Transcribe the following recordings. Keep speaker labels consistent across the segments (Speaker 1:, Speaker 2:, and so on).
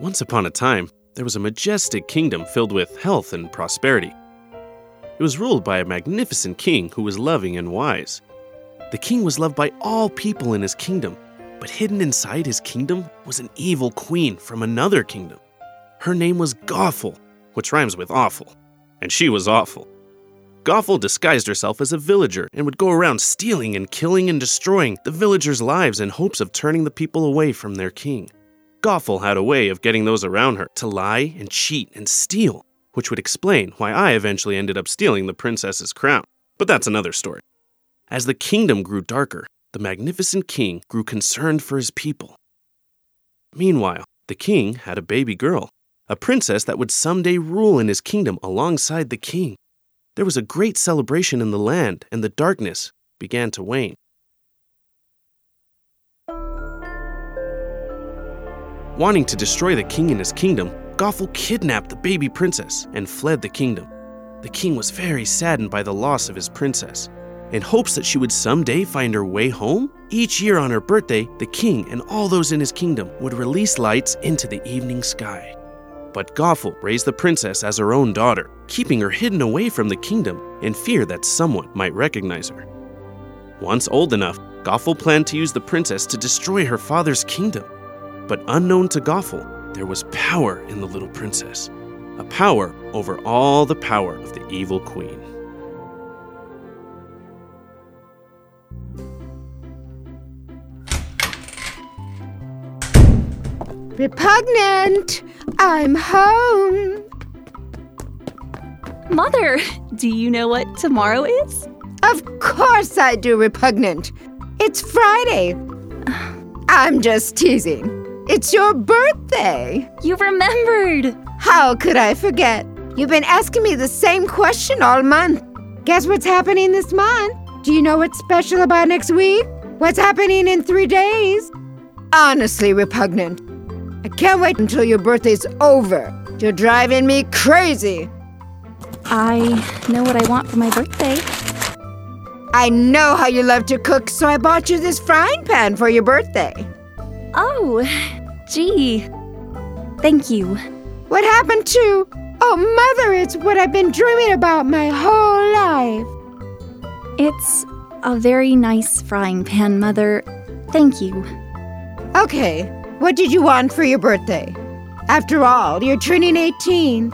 Speaker 1: Once upon a time, there was a majestic kingdom filled with health and prosperity. It was ruled by a magnificent king who was loving and wise. The king was loved by all people in his kingdom, but hidden inside his kingdom was an evil queen from another kingdom. Her name was Gothel, which rhymes with awful, and she was awful. Gothel disguised herself as a villager and would go around stealing and killing and destroying the villagers' lives in hopes of turning the people away from their king. Gothel had a way of getting those around her to lie and cheat and steal, which would explain why I eventually ended up stealing the princess's crown. But that's another story. As the kingdom grew darker, the magnificent king grew concerned for his people. Meanwhile, the king had a baby girl, a princess that would someday rule in his kingdom alongside the king. There was a great celebration in the land, and the darkness began to wane. Wanting to destroy the king and his kingdom, Gothel kidnapped the baby princess and fled the kingdom. The king was very saddened by the loss of his princess. In hopes that she would someday find her way home, each year on her birthday, the king and all those in his kingdom would release lights into the evening sky. But Gothel raised the princess as her own daughter, keeping her hidden away from the kingdom in fear that someone might recognize her. Once old enough, Gothel planned to use the princess to destroy her father's kingdom. But unknown to Gothel, there was power in the little princess a power over all the power of the evil queen.
Speaker 2: Repugnant! I'm home!
Speaker 3: Mother, do you know what tomorrow is?
Speaker 2: Of course I do, Repugnant! It's Friday! I'm just teasing. It's your birthday!
Speaker 3: You remembered!
Speaker 2: How could I forget? You've been asking me the same question all month. Guess what's happening this month? Do you know what's special about next week? What's happening in three days? Honestly, Repugnant, I can't wait until your birthday's over. You're driving me crazy!
Speaker 3: I know what I want for my birthday.
Speaker 2: I know how you love to cook, so I bought you this frying pan for your birthday.
Speaker 3: Oh, gee. Thank you.
Speaker 2: What happened to? Oh, Mother, it's what I've been dreaming about my whole life.
Speaker 3: It's a very nice frying pan, Mother. Thank you.
Speaker 2: Okay, what did you want for your birthday? After all, you're turning 18.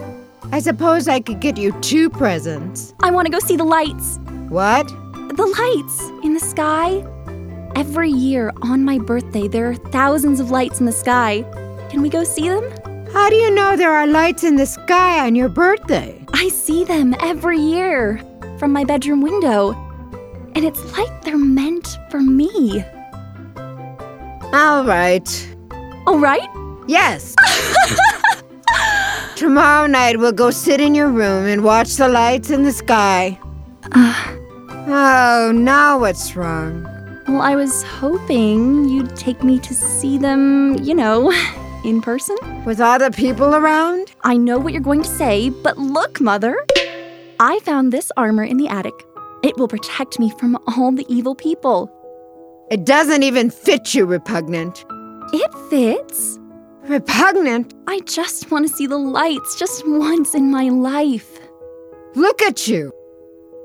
Speaker 2: I suppose I could get you two presents.
Speaker 3: I want to go see the lights.
Speaker 2: What?
Speaker 3: The lights in the sky. Every year on my birthday, there are thousands of lights in the sky. Can we go see them?
Speaker 2: How do you know there are lights in the sky on your birthday?
Speaker 3: I see them every year from my bedroom window. And it's like they're meant for me.
Speaker 2: All right.
Speaker 3: All right?
Speaker 2: Yes. Tomorrow night, we'll go sit in your room and watch the lights in the sky.
Speaker 3: Uh,
Speaker 2: Oh, now what's wrong?
Speaker 3: well, I was hoping you'd take me to see them, you know, in person.
Speaker 2: With all the people around?
Speaker 3: I know what you're going to say, but look, Mother! I found this armor in the attic. It will protect me from all the evil people.
Speaker 2: It doesn't even fit you, Repugnant.
Speaker 3: It fits.
Speaker 2: Repugnant?
Speaker 3: I just want to see the lights just once in my life.
Speaker 2: Look at you.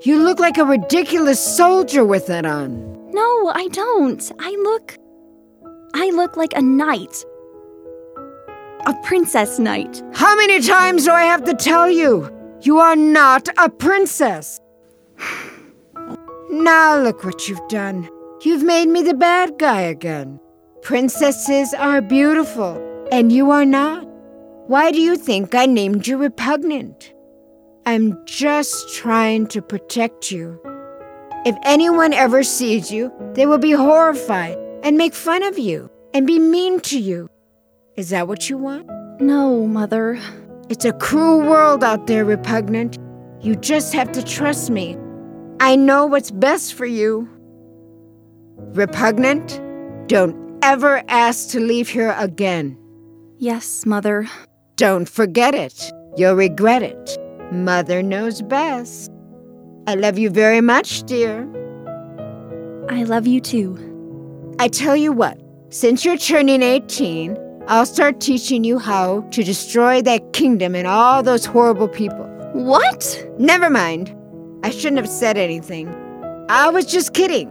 Speaker 2: You look like a ridiculous soldier with it on.
Speaker 3: No, I don't. I look. I look like a knight. A princess knight.
Speaker 2: How many times do I have to tell you? You are not a princess. now look what you've done. You've made me the bad guy again. Princesses are beautiful, and you are not. Why do you think I named you Repugnant? I'm just trying to protect you. If anyone ever sees you, they will be horrified and make fun of you and be mean to you. Is that what you want?
Speaker 3: No, Mother.
Speaker 2: It's a cruel world out there, Repugnant. You just have to trust me. I know what's best for you. Repugnant, don't ever ask to leave here again.
Speaker 3: Yes, Mother.
Speaker 2: Don't forget it. You'll regret it. Mother knows best. I love you very much, dear.
Speaker 3: I love you too.
Speaker 2: I tell you what, since you're turning 18, I'll start teaching you how to destroy that kingdom and all those horrible people.
Speaker 3: What?
Speaker 2: Never mind. I shouldn't have said anything. I was just kidding.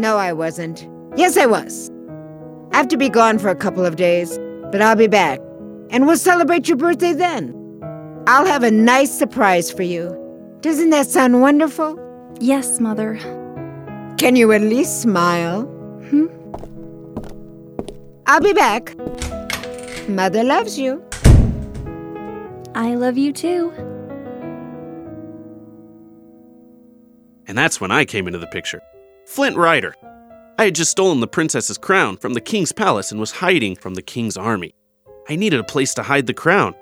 Speaker 2: No, I wasn't. Yes, I was. I have to be gone for a couple of days, but I'll be back. And we'll celebrate your birthday then. I'll have a nice surprise for you. Doesn't that sound wonderful?
Speaker 3: Yes, Mother.
Speaker 2: Can you at least smile?
Speaker 3: Hmm?
Speaker 2: I'll be back. Mother loves you.
Speaker 3: I love you too.
Speaker 1: And that's when I came into the picture. Flint Rider. I had just stolen the princess's crown from the king's palace and was hiding from the king's army. I needed a place to hide the crown.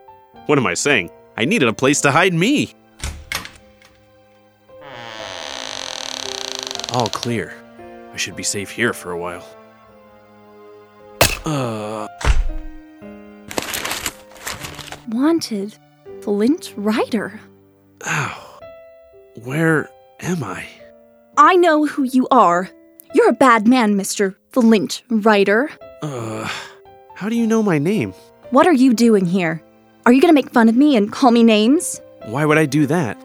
Speaker 1: What am I saying? I needed a place to hide me. All clear. I should be safe here for a while. Uh,
Speaker 3: Wanted Flint Rider.
Speaker 1: ow. Where am I?
Speaker 3: I know who you are. You're a bad man, Mr. Flint Rider.
Speaker 1: Uh, how do you know my name?
Speaker 3: What are you doing here? Are you gonna make fun of me and call me names?
Speaker 1: Why would I do that?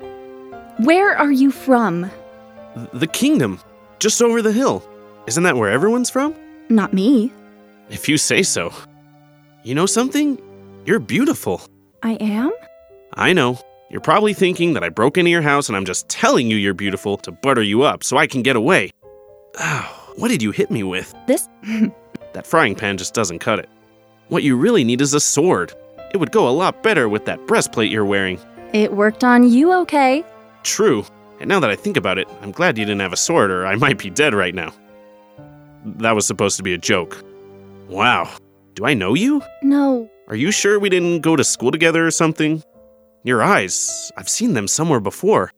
Speaker 3: Where are you from?
Speaker 1: Th- The kingdom, just over the hill. Isn't that where everyone's from?
Speaker 3: Not me.
Speaker 1: If you say so. You know something? You're beautiful.
Speaker 3: I am?
Speaker 1: I know. You're probably thinking that I broke into your house and I'm just telling you you're beautiful to butter you up so I can get away. Ow, what did you hit me with?
Speaker 3: This.
Speaker 1: That frying pan just doesn't cut it. What you really need is a sword. It would go a lot better with that breastplate you're wearing.
Speaker 3: it worked on you, okay?
Speaker 1: True. And now that I think about it, I'm glad you didn't have a sword or I might be dead right now. That was supposed to be a joke. Wow. Do I know you?
Speaker 3: No.
Speaker 1: Are you sure we didn't go to school together or something? Your eyes, I've seen them somewhere before.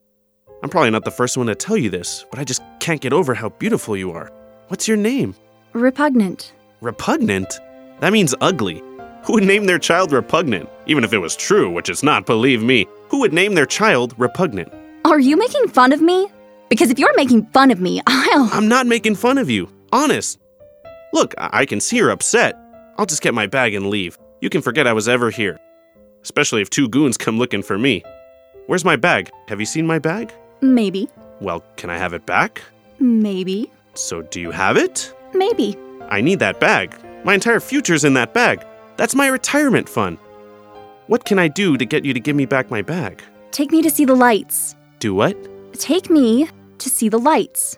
Speaker 1: I'm probably not the first one to tell you this, but I just can't get over how beautiful you are. What's your name?
Speaker 3: Repugnant.
Speaker 1: Repugnant? That means ugly. Who would name their child repugnant? Even if it was true, which it's not, believe me. Who would name their child repugnant?
Speaker 3: Are you making fun of me? Because if you're making fun of me, I'll.
Speaker 1: I'm not making fun of you. Honest. Look, I, I can see you're upset. I'll just get my bag and leave. You can forget I was ever here. Especially if two goons come looking for me. Where's my bag? Have you seen my bag?
Speaker 3: Maybe.
Speaker 1: Well, can I have it back?
Speaker 3: Maybe.
Speaker 1: So, do you have it?
Speaker 3: Maybe.
Speaker 1: I need that bag. My entire future's in that bag. That's my retirement fund. What can I do to get you to give me back my bag?
Speaker 3: Take me to see the lights.
Speaker 1: Do what?
Speaker 3: Take me to see the lights.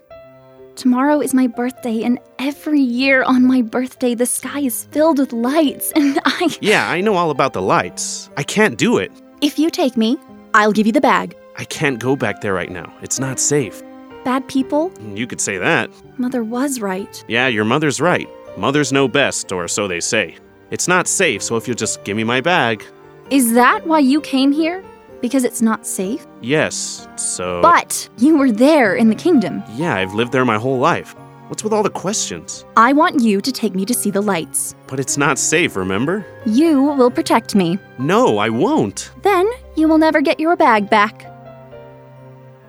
Speaker 3: Tomorrow is my birthday, and every year on my birthday, the sky is filled with lights, and I.
Speaker 1: Yeah, I know all about the lights. I can't do it.
Speaker 3: If you take me, I'll give you the bag.
Speaker 1: I can't go back there right now. It's not safe.
Speaker 3: Bad people?
Speaker 1: You could say that.
Speaker 3: Mother was right.
Speaker 1: Yeah, your mother's right. Mothers know best, or so they say. It's not safe, so if you'll just give me my bag.
Speaker 3: Is that why you came here? Because it's not safe?
Speaker 1: Yes, so.
Speaker 3: But you were there in the kingdom.
Speaker 1: Yeah, I've lived there my whole life. What's with all the questions?
Speaker 3: I want you to take me to see the lights.
Speaker 1: But it's not safe, remember?
Speaker 3: You will protect me.
Speaker 1: No, I won't.
Speaker 3: Then you will never get your bag back.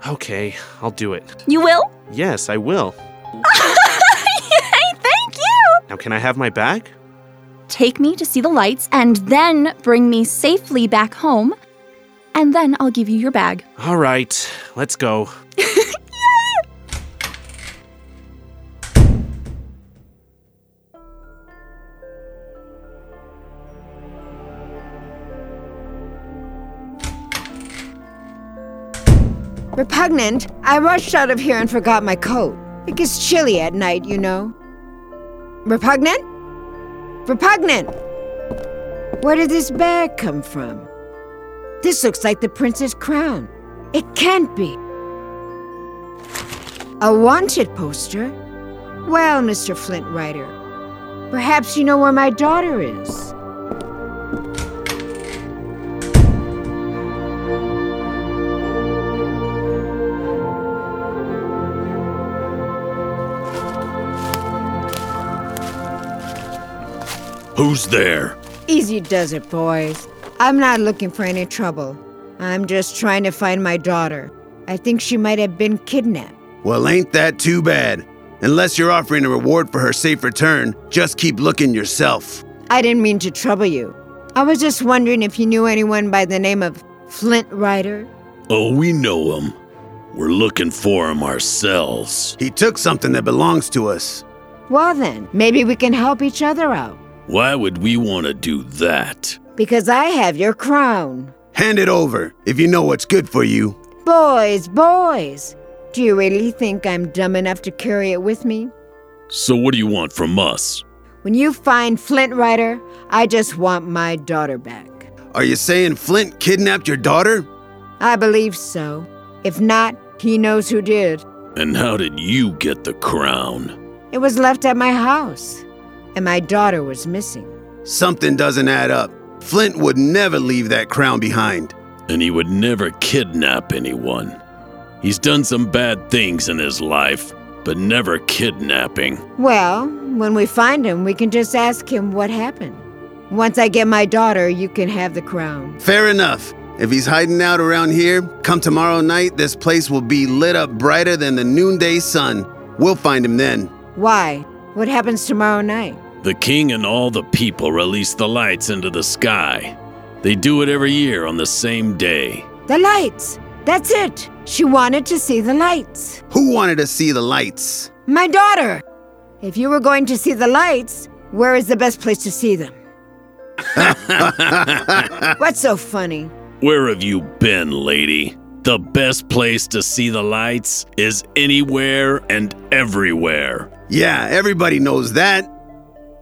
Speaker 1: Okay, I'll do it.
Speaker 3: You will?
Speaker 1: Yes, I will.
Speaker 3: Yay, thank you!
Speaker 1: Now, can I have my bag?
Speaker 3: Take me to see the lights and then bring me safely back home, and then I'll give you your bag.
Speaker 1: All right, let's go.
Speaker 2: Repugnant, I rushed out of here and forgot my coat. It gets chilly at night, you know. Repugnant? Repugnant! Where did this bag come from? This looks like the prince's crown. It can't be. A wanted poster? Well, Mr. Flint Rider, perhaps you know where my daughter is.
Speaker 4: Who's there?
Speaker 2: Easy does it, boys. I'm not looking for any trouble. I'm just trying to find my daughter. I think she might have been kidnapped.
Speaker 4: Well, ain't that too bad? Unless you're offering a reward for her safe return, just keep looking yourself.
Speaker 2: I didn't mean to trouble you. I was just wondering if you knew anyone by the name of Flint Rider.
Speaker 4: Oh, we know him. We're looking for him ourselves.
Speaker 5: He took something that belongs to us.
Speaker 2: Well, then, maybe we can help each other out.
Speaker 4: Why would we want to do that?
Speaker 2: Because I have your crown.
Speaker 5: Hand it over if you know what's good for you.
Speaker 2: Boys, boys, do you really think I'm dumb enough to carry it with me?
Speaker 4: So, what do you want from us?
Speaker 2: When you find Flint Rider, I just want my daughter back.
Speaker 5: Are you saying Flint kidnapped your daughter?
Speaker 2: I believe so. If not, he knows who did.
Speaker 4: And how did you get the crown?
Speaker 2: It was left at my house, and my daughter was missing.
Speaker 5: Something doesn't add up. Flint would never leave that crown behind.
Speaker 4: And he would never kidnap anyone. He's done some bad things in his life, but never kidnapping.
Speaker 2: Well, when we find him, we can just ask him what happened. Once I get my daughter, you can have the crown.
Speaker 5: Fair enough. If he's hiding out around here, come tomorrow night, this place will be lit up brighter than the noonday sun. We'll find him then.
Speaker 2: Why? What happens tomorrow night?
Speaker 4: The king and all the people release the lights into the sky. They do it every year on the same day.
Speaker 2: The lights! That's it! She wanted to see the lights.
Speaker 5: Who wanted to see the lights?
Speaker 2: My daughter! If you were going to see the lights, where is the best place to see them? What's so funny?
Speaker 4: Where have you been, lady? The best place to see the lights is anywhere and everywhere.
Speaker 5: Yeah, everybody knows that.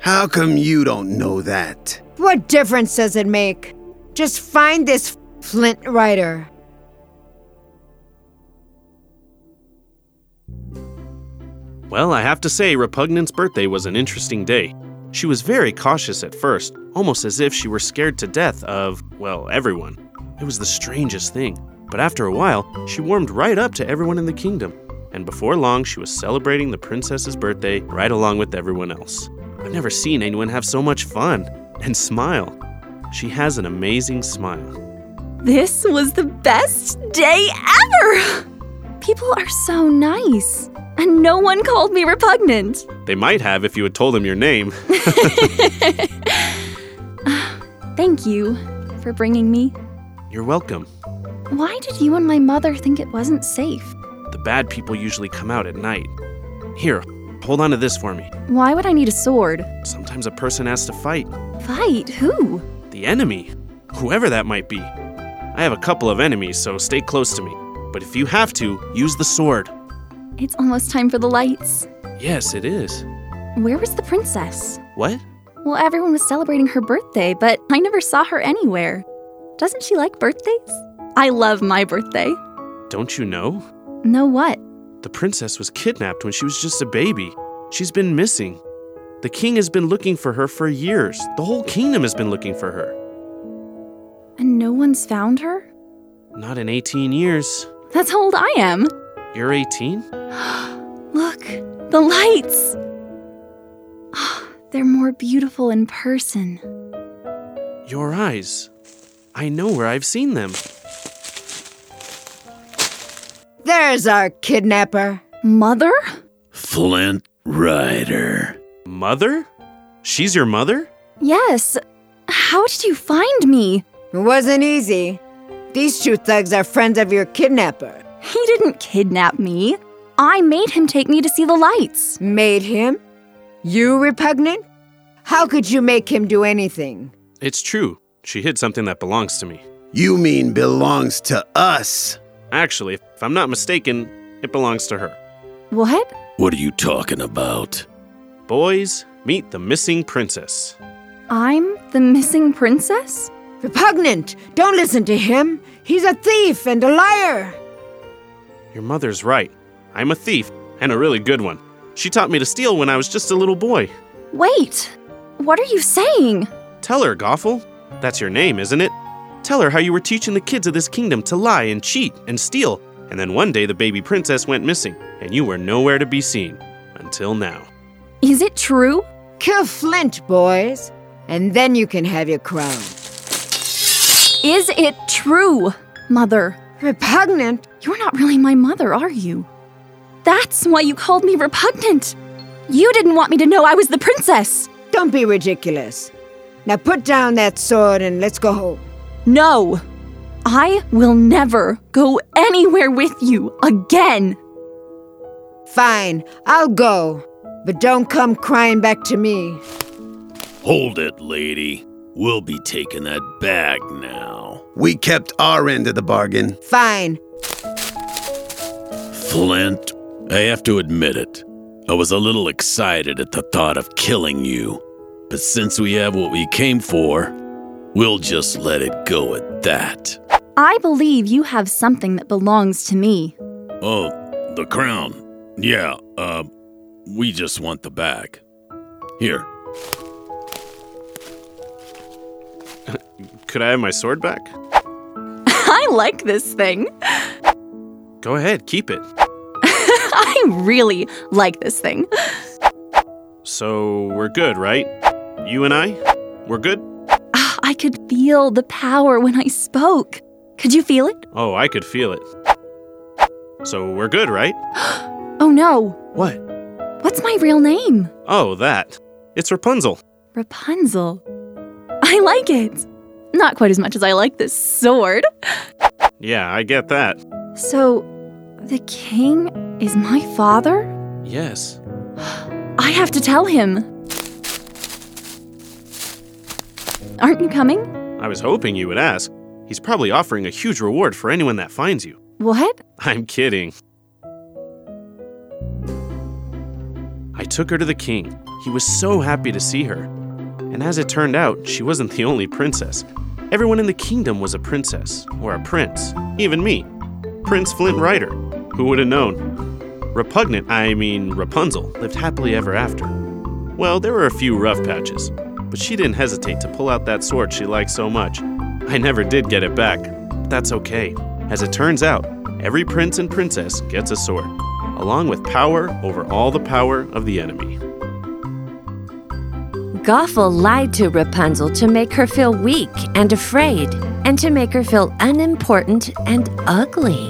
Speaker 5: How come you don't know that?
Speaker 2: What difference does it make? Just find this Flint Rider.
Speaker 1: Well, I have to say, Repugnant's birthday was an interesting day. She was very cautious at first, almost as if she were scared to death of, well, everyone. It was the strangest thing. But after a while, she warmed right up to everyone in the kingdom. And before long, she was celebrating the princess's birthday right along with everyone else. I've never seen anyone have so much fun and smile. She has an amazing smile.
Speaker 3: This was the best day ever! People are so nice, and no one called me repugnant.
Speaker 1: They might have if you had told them your name.
Speaker 3: Thank you for bringing me.
Speaker 1: You're welcome.
Speaker 3: Why did you and my mother think it wasn't safe?
Speaker 1: The bad people usually come out at night. Here, hold on to this for me.
Speaker 3: Why would I need a sword?
Speaker 1: Sometimes a person has to fight
Speaker 3: Fight who?
Speaker 1: the enemy, whoever that might be. I have a couple of enemies, so stay close to me. But if you have to, use the sword.
Speaker 3: It's almost time for the lights.
Speaker 1: Yes, it is.
Speaker 3: Where was the princess?
Speaker 1: What?
Speaker 3: Well, everyone was celebrating her birthday, but I never saw her anywhere. Doesn't she like birthdays? I love my birthday.
Speaker 1: Don't you know?
Speaker 3: Know what?
Speaker 1: The princess was kidnapped when she was just a baby. She's been missing. The king has been looking for her for years. The whole kingdom has been looking for her.
Speaker 3: And no one's found her?
Speaker 1: Not in 18 years.
Speaker 3: That's how old I am.
Speaker 1: You're 18?
Speaker 3: Look, the lights! Ah, They're more beautiful in person.
Speaker 1: Your eyes. I know where I've seen them.
Speaker 2: There's our kidnapper.
Speaker 3: Mother?
Speaker 4: Flint Rider.
Speaker 1: Mother? She's your mother?
Speaker 3: Yes. How did you find me?
Speaker 2: It wasn't easy. These two thugs are friends of your kidnapper.
Speaker 3: He didn't kidnap me. I made him take me to see the lights.
Speaker 2: Made him? You repugnant? How could you make him do anything?
Speaker 1: It's true. She hid something that belongs to me.
Speaker 5: You mean belongs to us.
Speaker 1: Actually, if I'm not mistaken, it belongs to her.
Speaker 3: What?
Speaker 4: What are you talking about?
Speaker 1: Boys, meet the missing princess.
Speaker 3: I'm the missing princess?
Speaker 2: Repugnant! Don't listen to him! He's a thief and a liar!
Speaker 1: Your mother's right. I'm a thief, and a really good one. She taught me to steal when I was just a little boy.
Speaker 3: Wait, what are you saying?
Speaker 1: Tell her, Goffel. That's your name, isn't it? Tell her how you were teaching the kids of this kingdom to lie and cheat and steal, and then one day the baby princess went missing, and you were nowhere to be seen. Until now.
Speaker 3: Is it true?
Speaker 2: Kill Flint, boys, and then you can have your crown.
Speaker 3: Is it true? Mother,
Speaker 2: Repugnant?
Speaker 3: you're not really my mother, are you? That's why you called me repugnant. You didn't want me to know I was the princess.
Speaker 2: Don't be ridiculous. Now put down that sword and let's go home.
Speaker 3: No! I will never go anywhere with you again!
Speaker 2: Fine, I'll go. But don't come crying back to me.
Speaker 4: Hold it, lady. We'll be taking that back now.
Speaker 5: We kept our end of the bargain.
Speaker 2: Fine,
Speaker 4: Flint, I have to admit it. I was a little excited at the thought of killing you. But since we have what we came for, we'll just let it go at that.
Speaker 3: I believe you have something that belongs to me.
Speaker 4: Oh, the crown. Yeah, uh, we just want the bag. Here,
Speaker 1: Could I have my sword back?
Speaker 3: I like this thing.
Speaker 1: Go ahead, keep it.
Speaker 3: I really like this thing.
Speaker 1: So we're good, right? You and I? We're good?
Speaker 3: Ah, I could feel the power when I spoke. Could you feel it?
Speaker 1: Oh, I could feel it. So we're good, right?
Speaker 3: Oh no.
Speaker 1: What?
Speaker 3: What's my real name?
Speaker 1: Oh, that. It's Rapunzel.
Speaker 3: Rapunzel. I like it. Not quite as much as I like this sword.
Speaker 1: Yeah, I get that.
Speaker 3: So, the king is my father?
Speaker 1: Yes.
Speaker 3: I have to tell him. Aren't you coming?
Speaker 1: I was hoping you would ask. He's probably offering a huge reward for anyone that finds you.
Speaker 3: What?
Speaker 1: I'm kidding. I took her to the king. He was so happy to see her. And as it turned out, she wasn't the only princess. Everyone in the kingdom was a princess, or a prince, even me. Prince Flint Rider. Who would have known? Repugnant, I mean Rapunzel, lived happily ever after. Well, there were a few rough patches, but she didn't hesitate to pull out that sword she liked so much. I never did get it back. but That's okay. As it turns out, every prince and princess gets a sword, along with power over all the power of the enemy.
Speaker 6: Gothel lied to Rapunzel to make her feel weak and afraid, and to make her feel unimportant and ugly.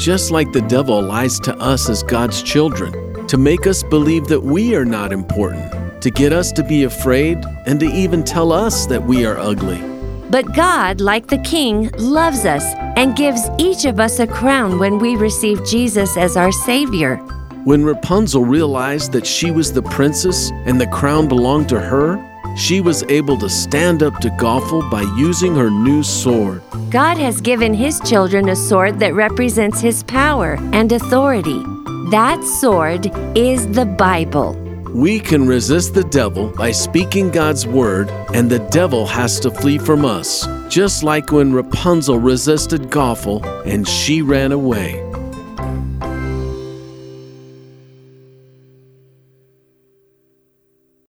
Speaker 7: just like the devil lies to us as God's children, to make us believe that we are not important, to get us to be afraid, and to even tell us that we are ugly.
Speaker 6: But God, like the King, loves us and gives each of us a crown when we receive Jesus as our Savior.
Speaker 7: When Rapunzel realized that she was the princess and the crown belonged to her, she was able to stand up to Gothel by using her new sword.
Speaker 6: God has given His children a sword that represents His power and authority. That sword is the Bible.
Speaker 7: We can resist the devil by speaking God's word, and the devil has to flee from us, just like when Rapunzel resisted Gothel and she ran away.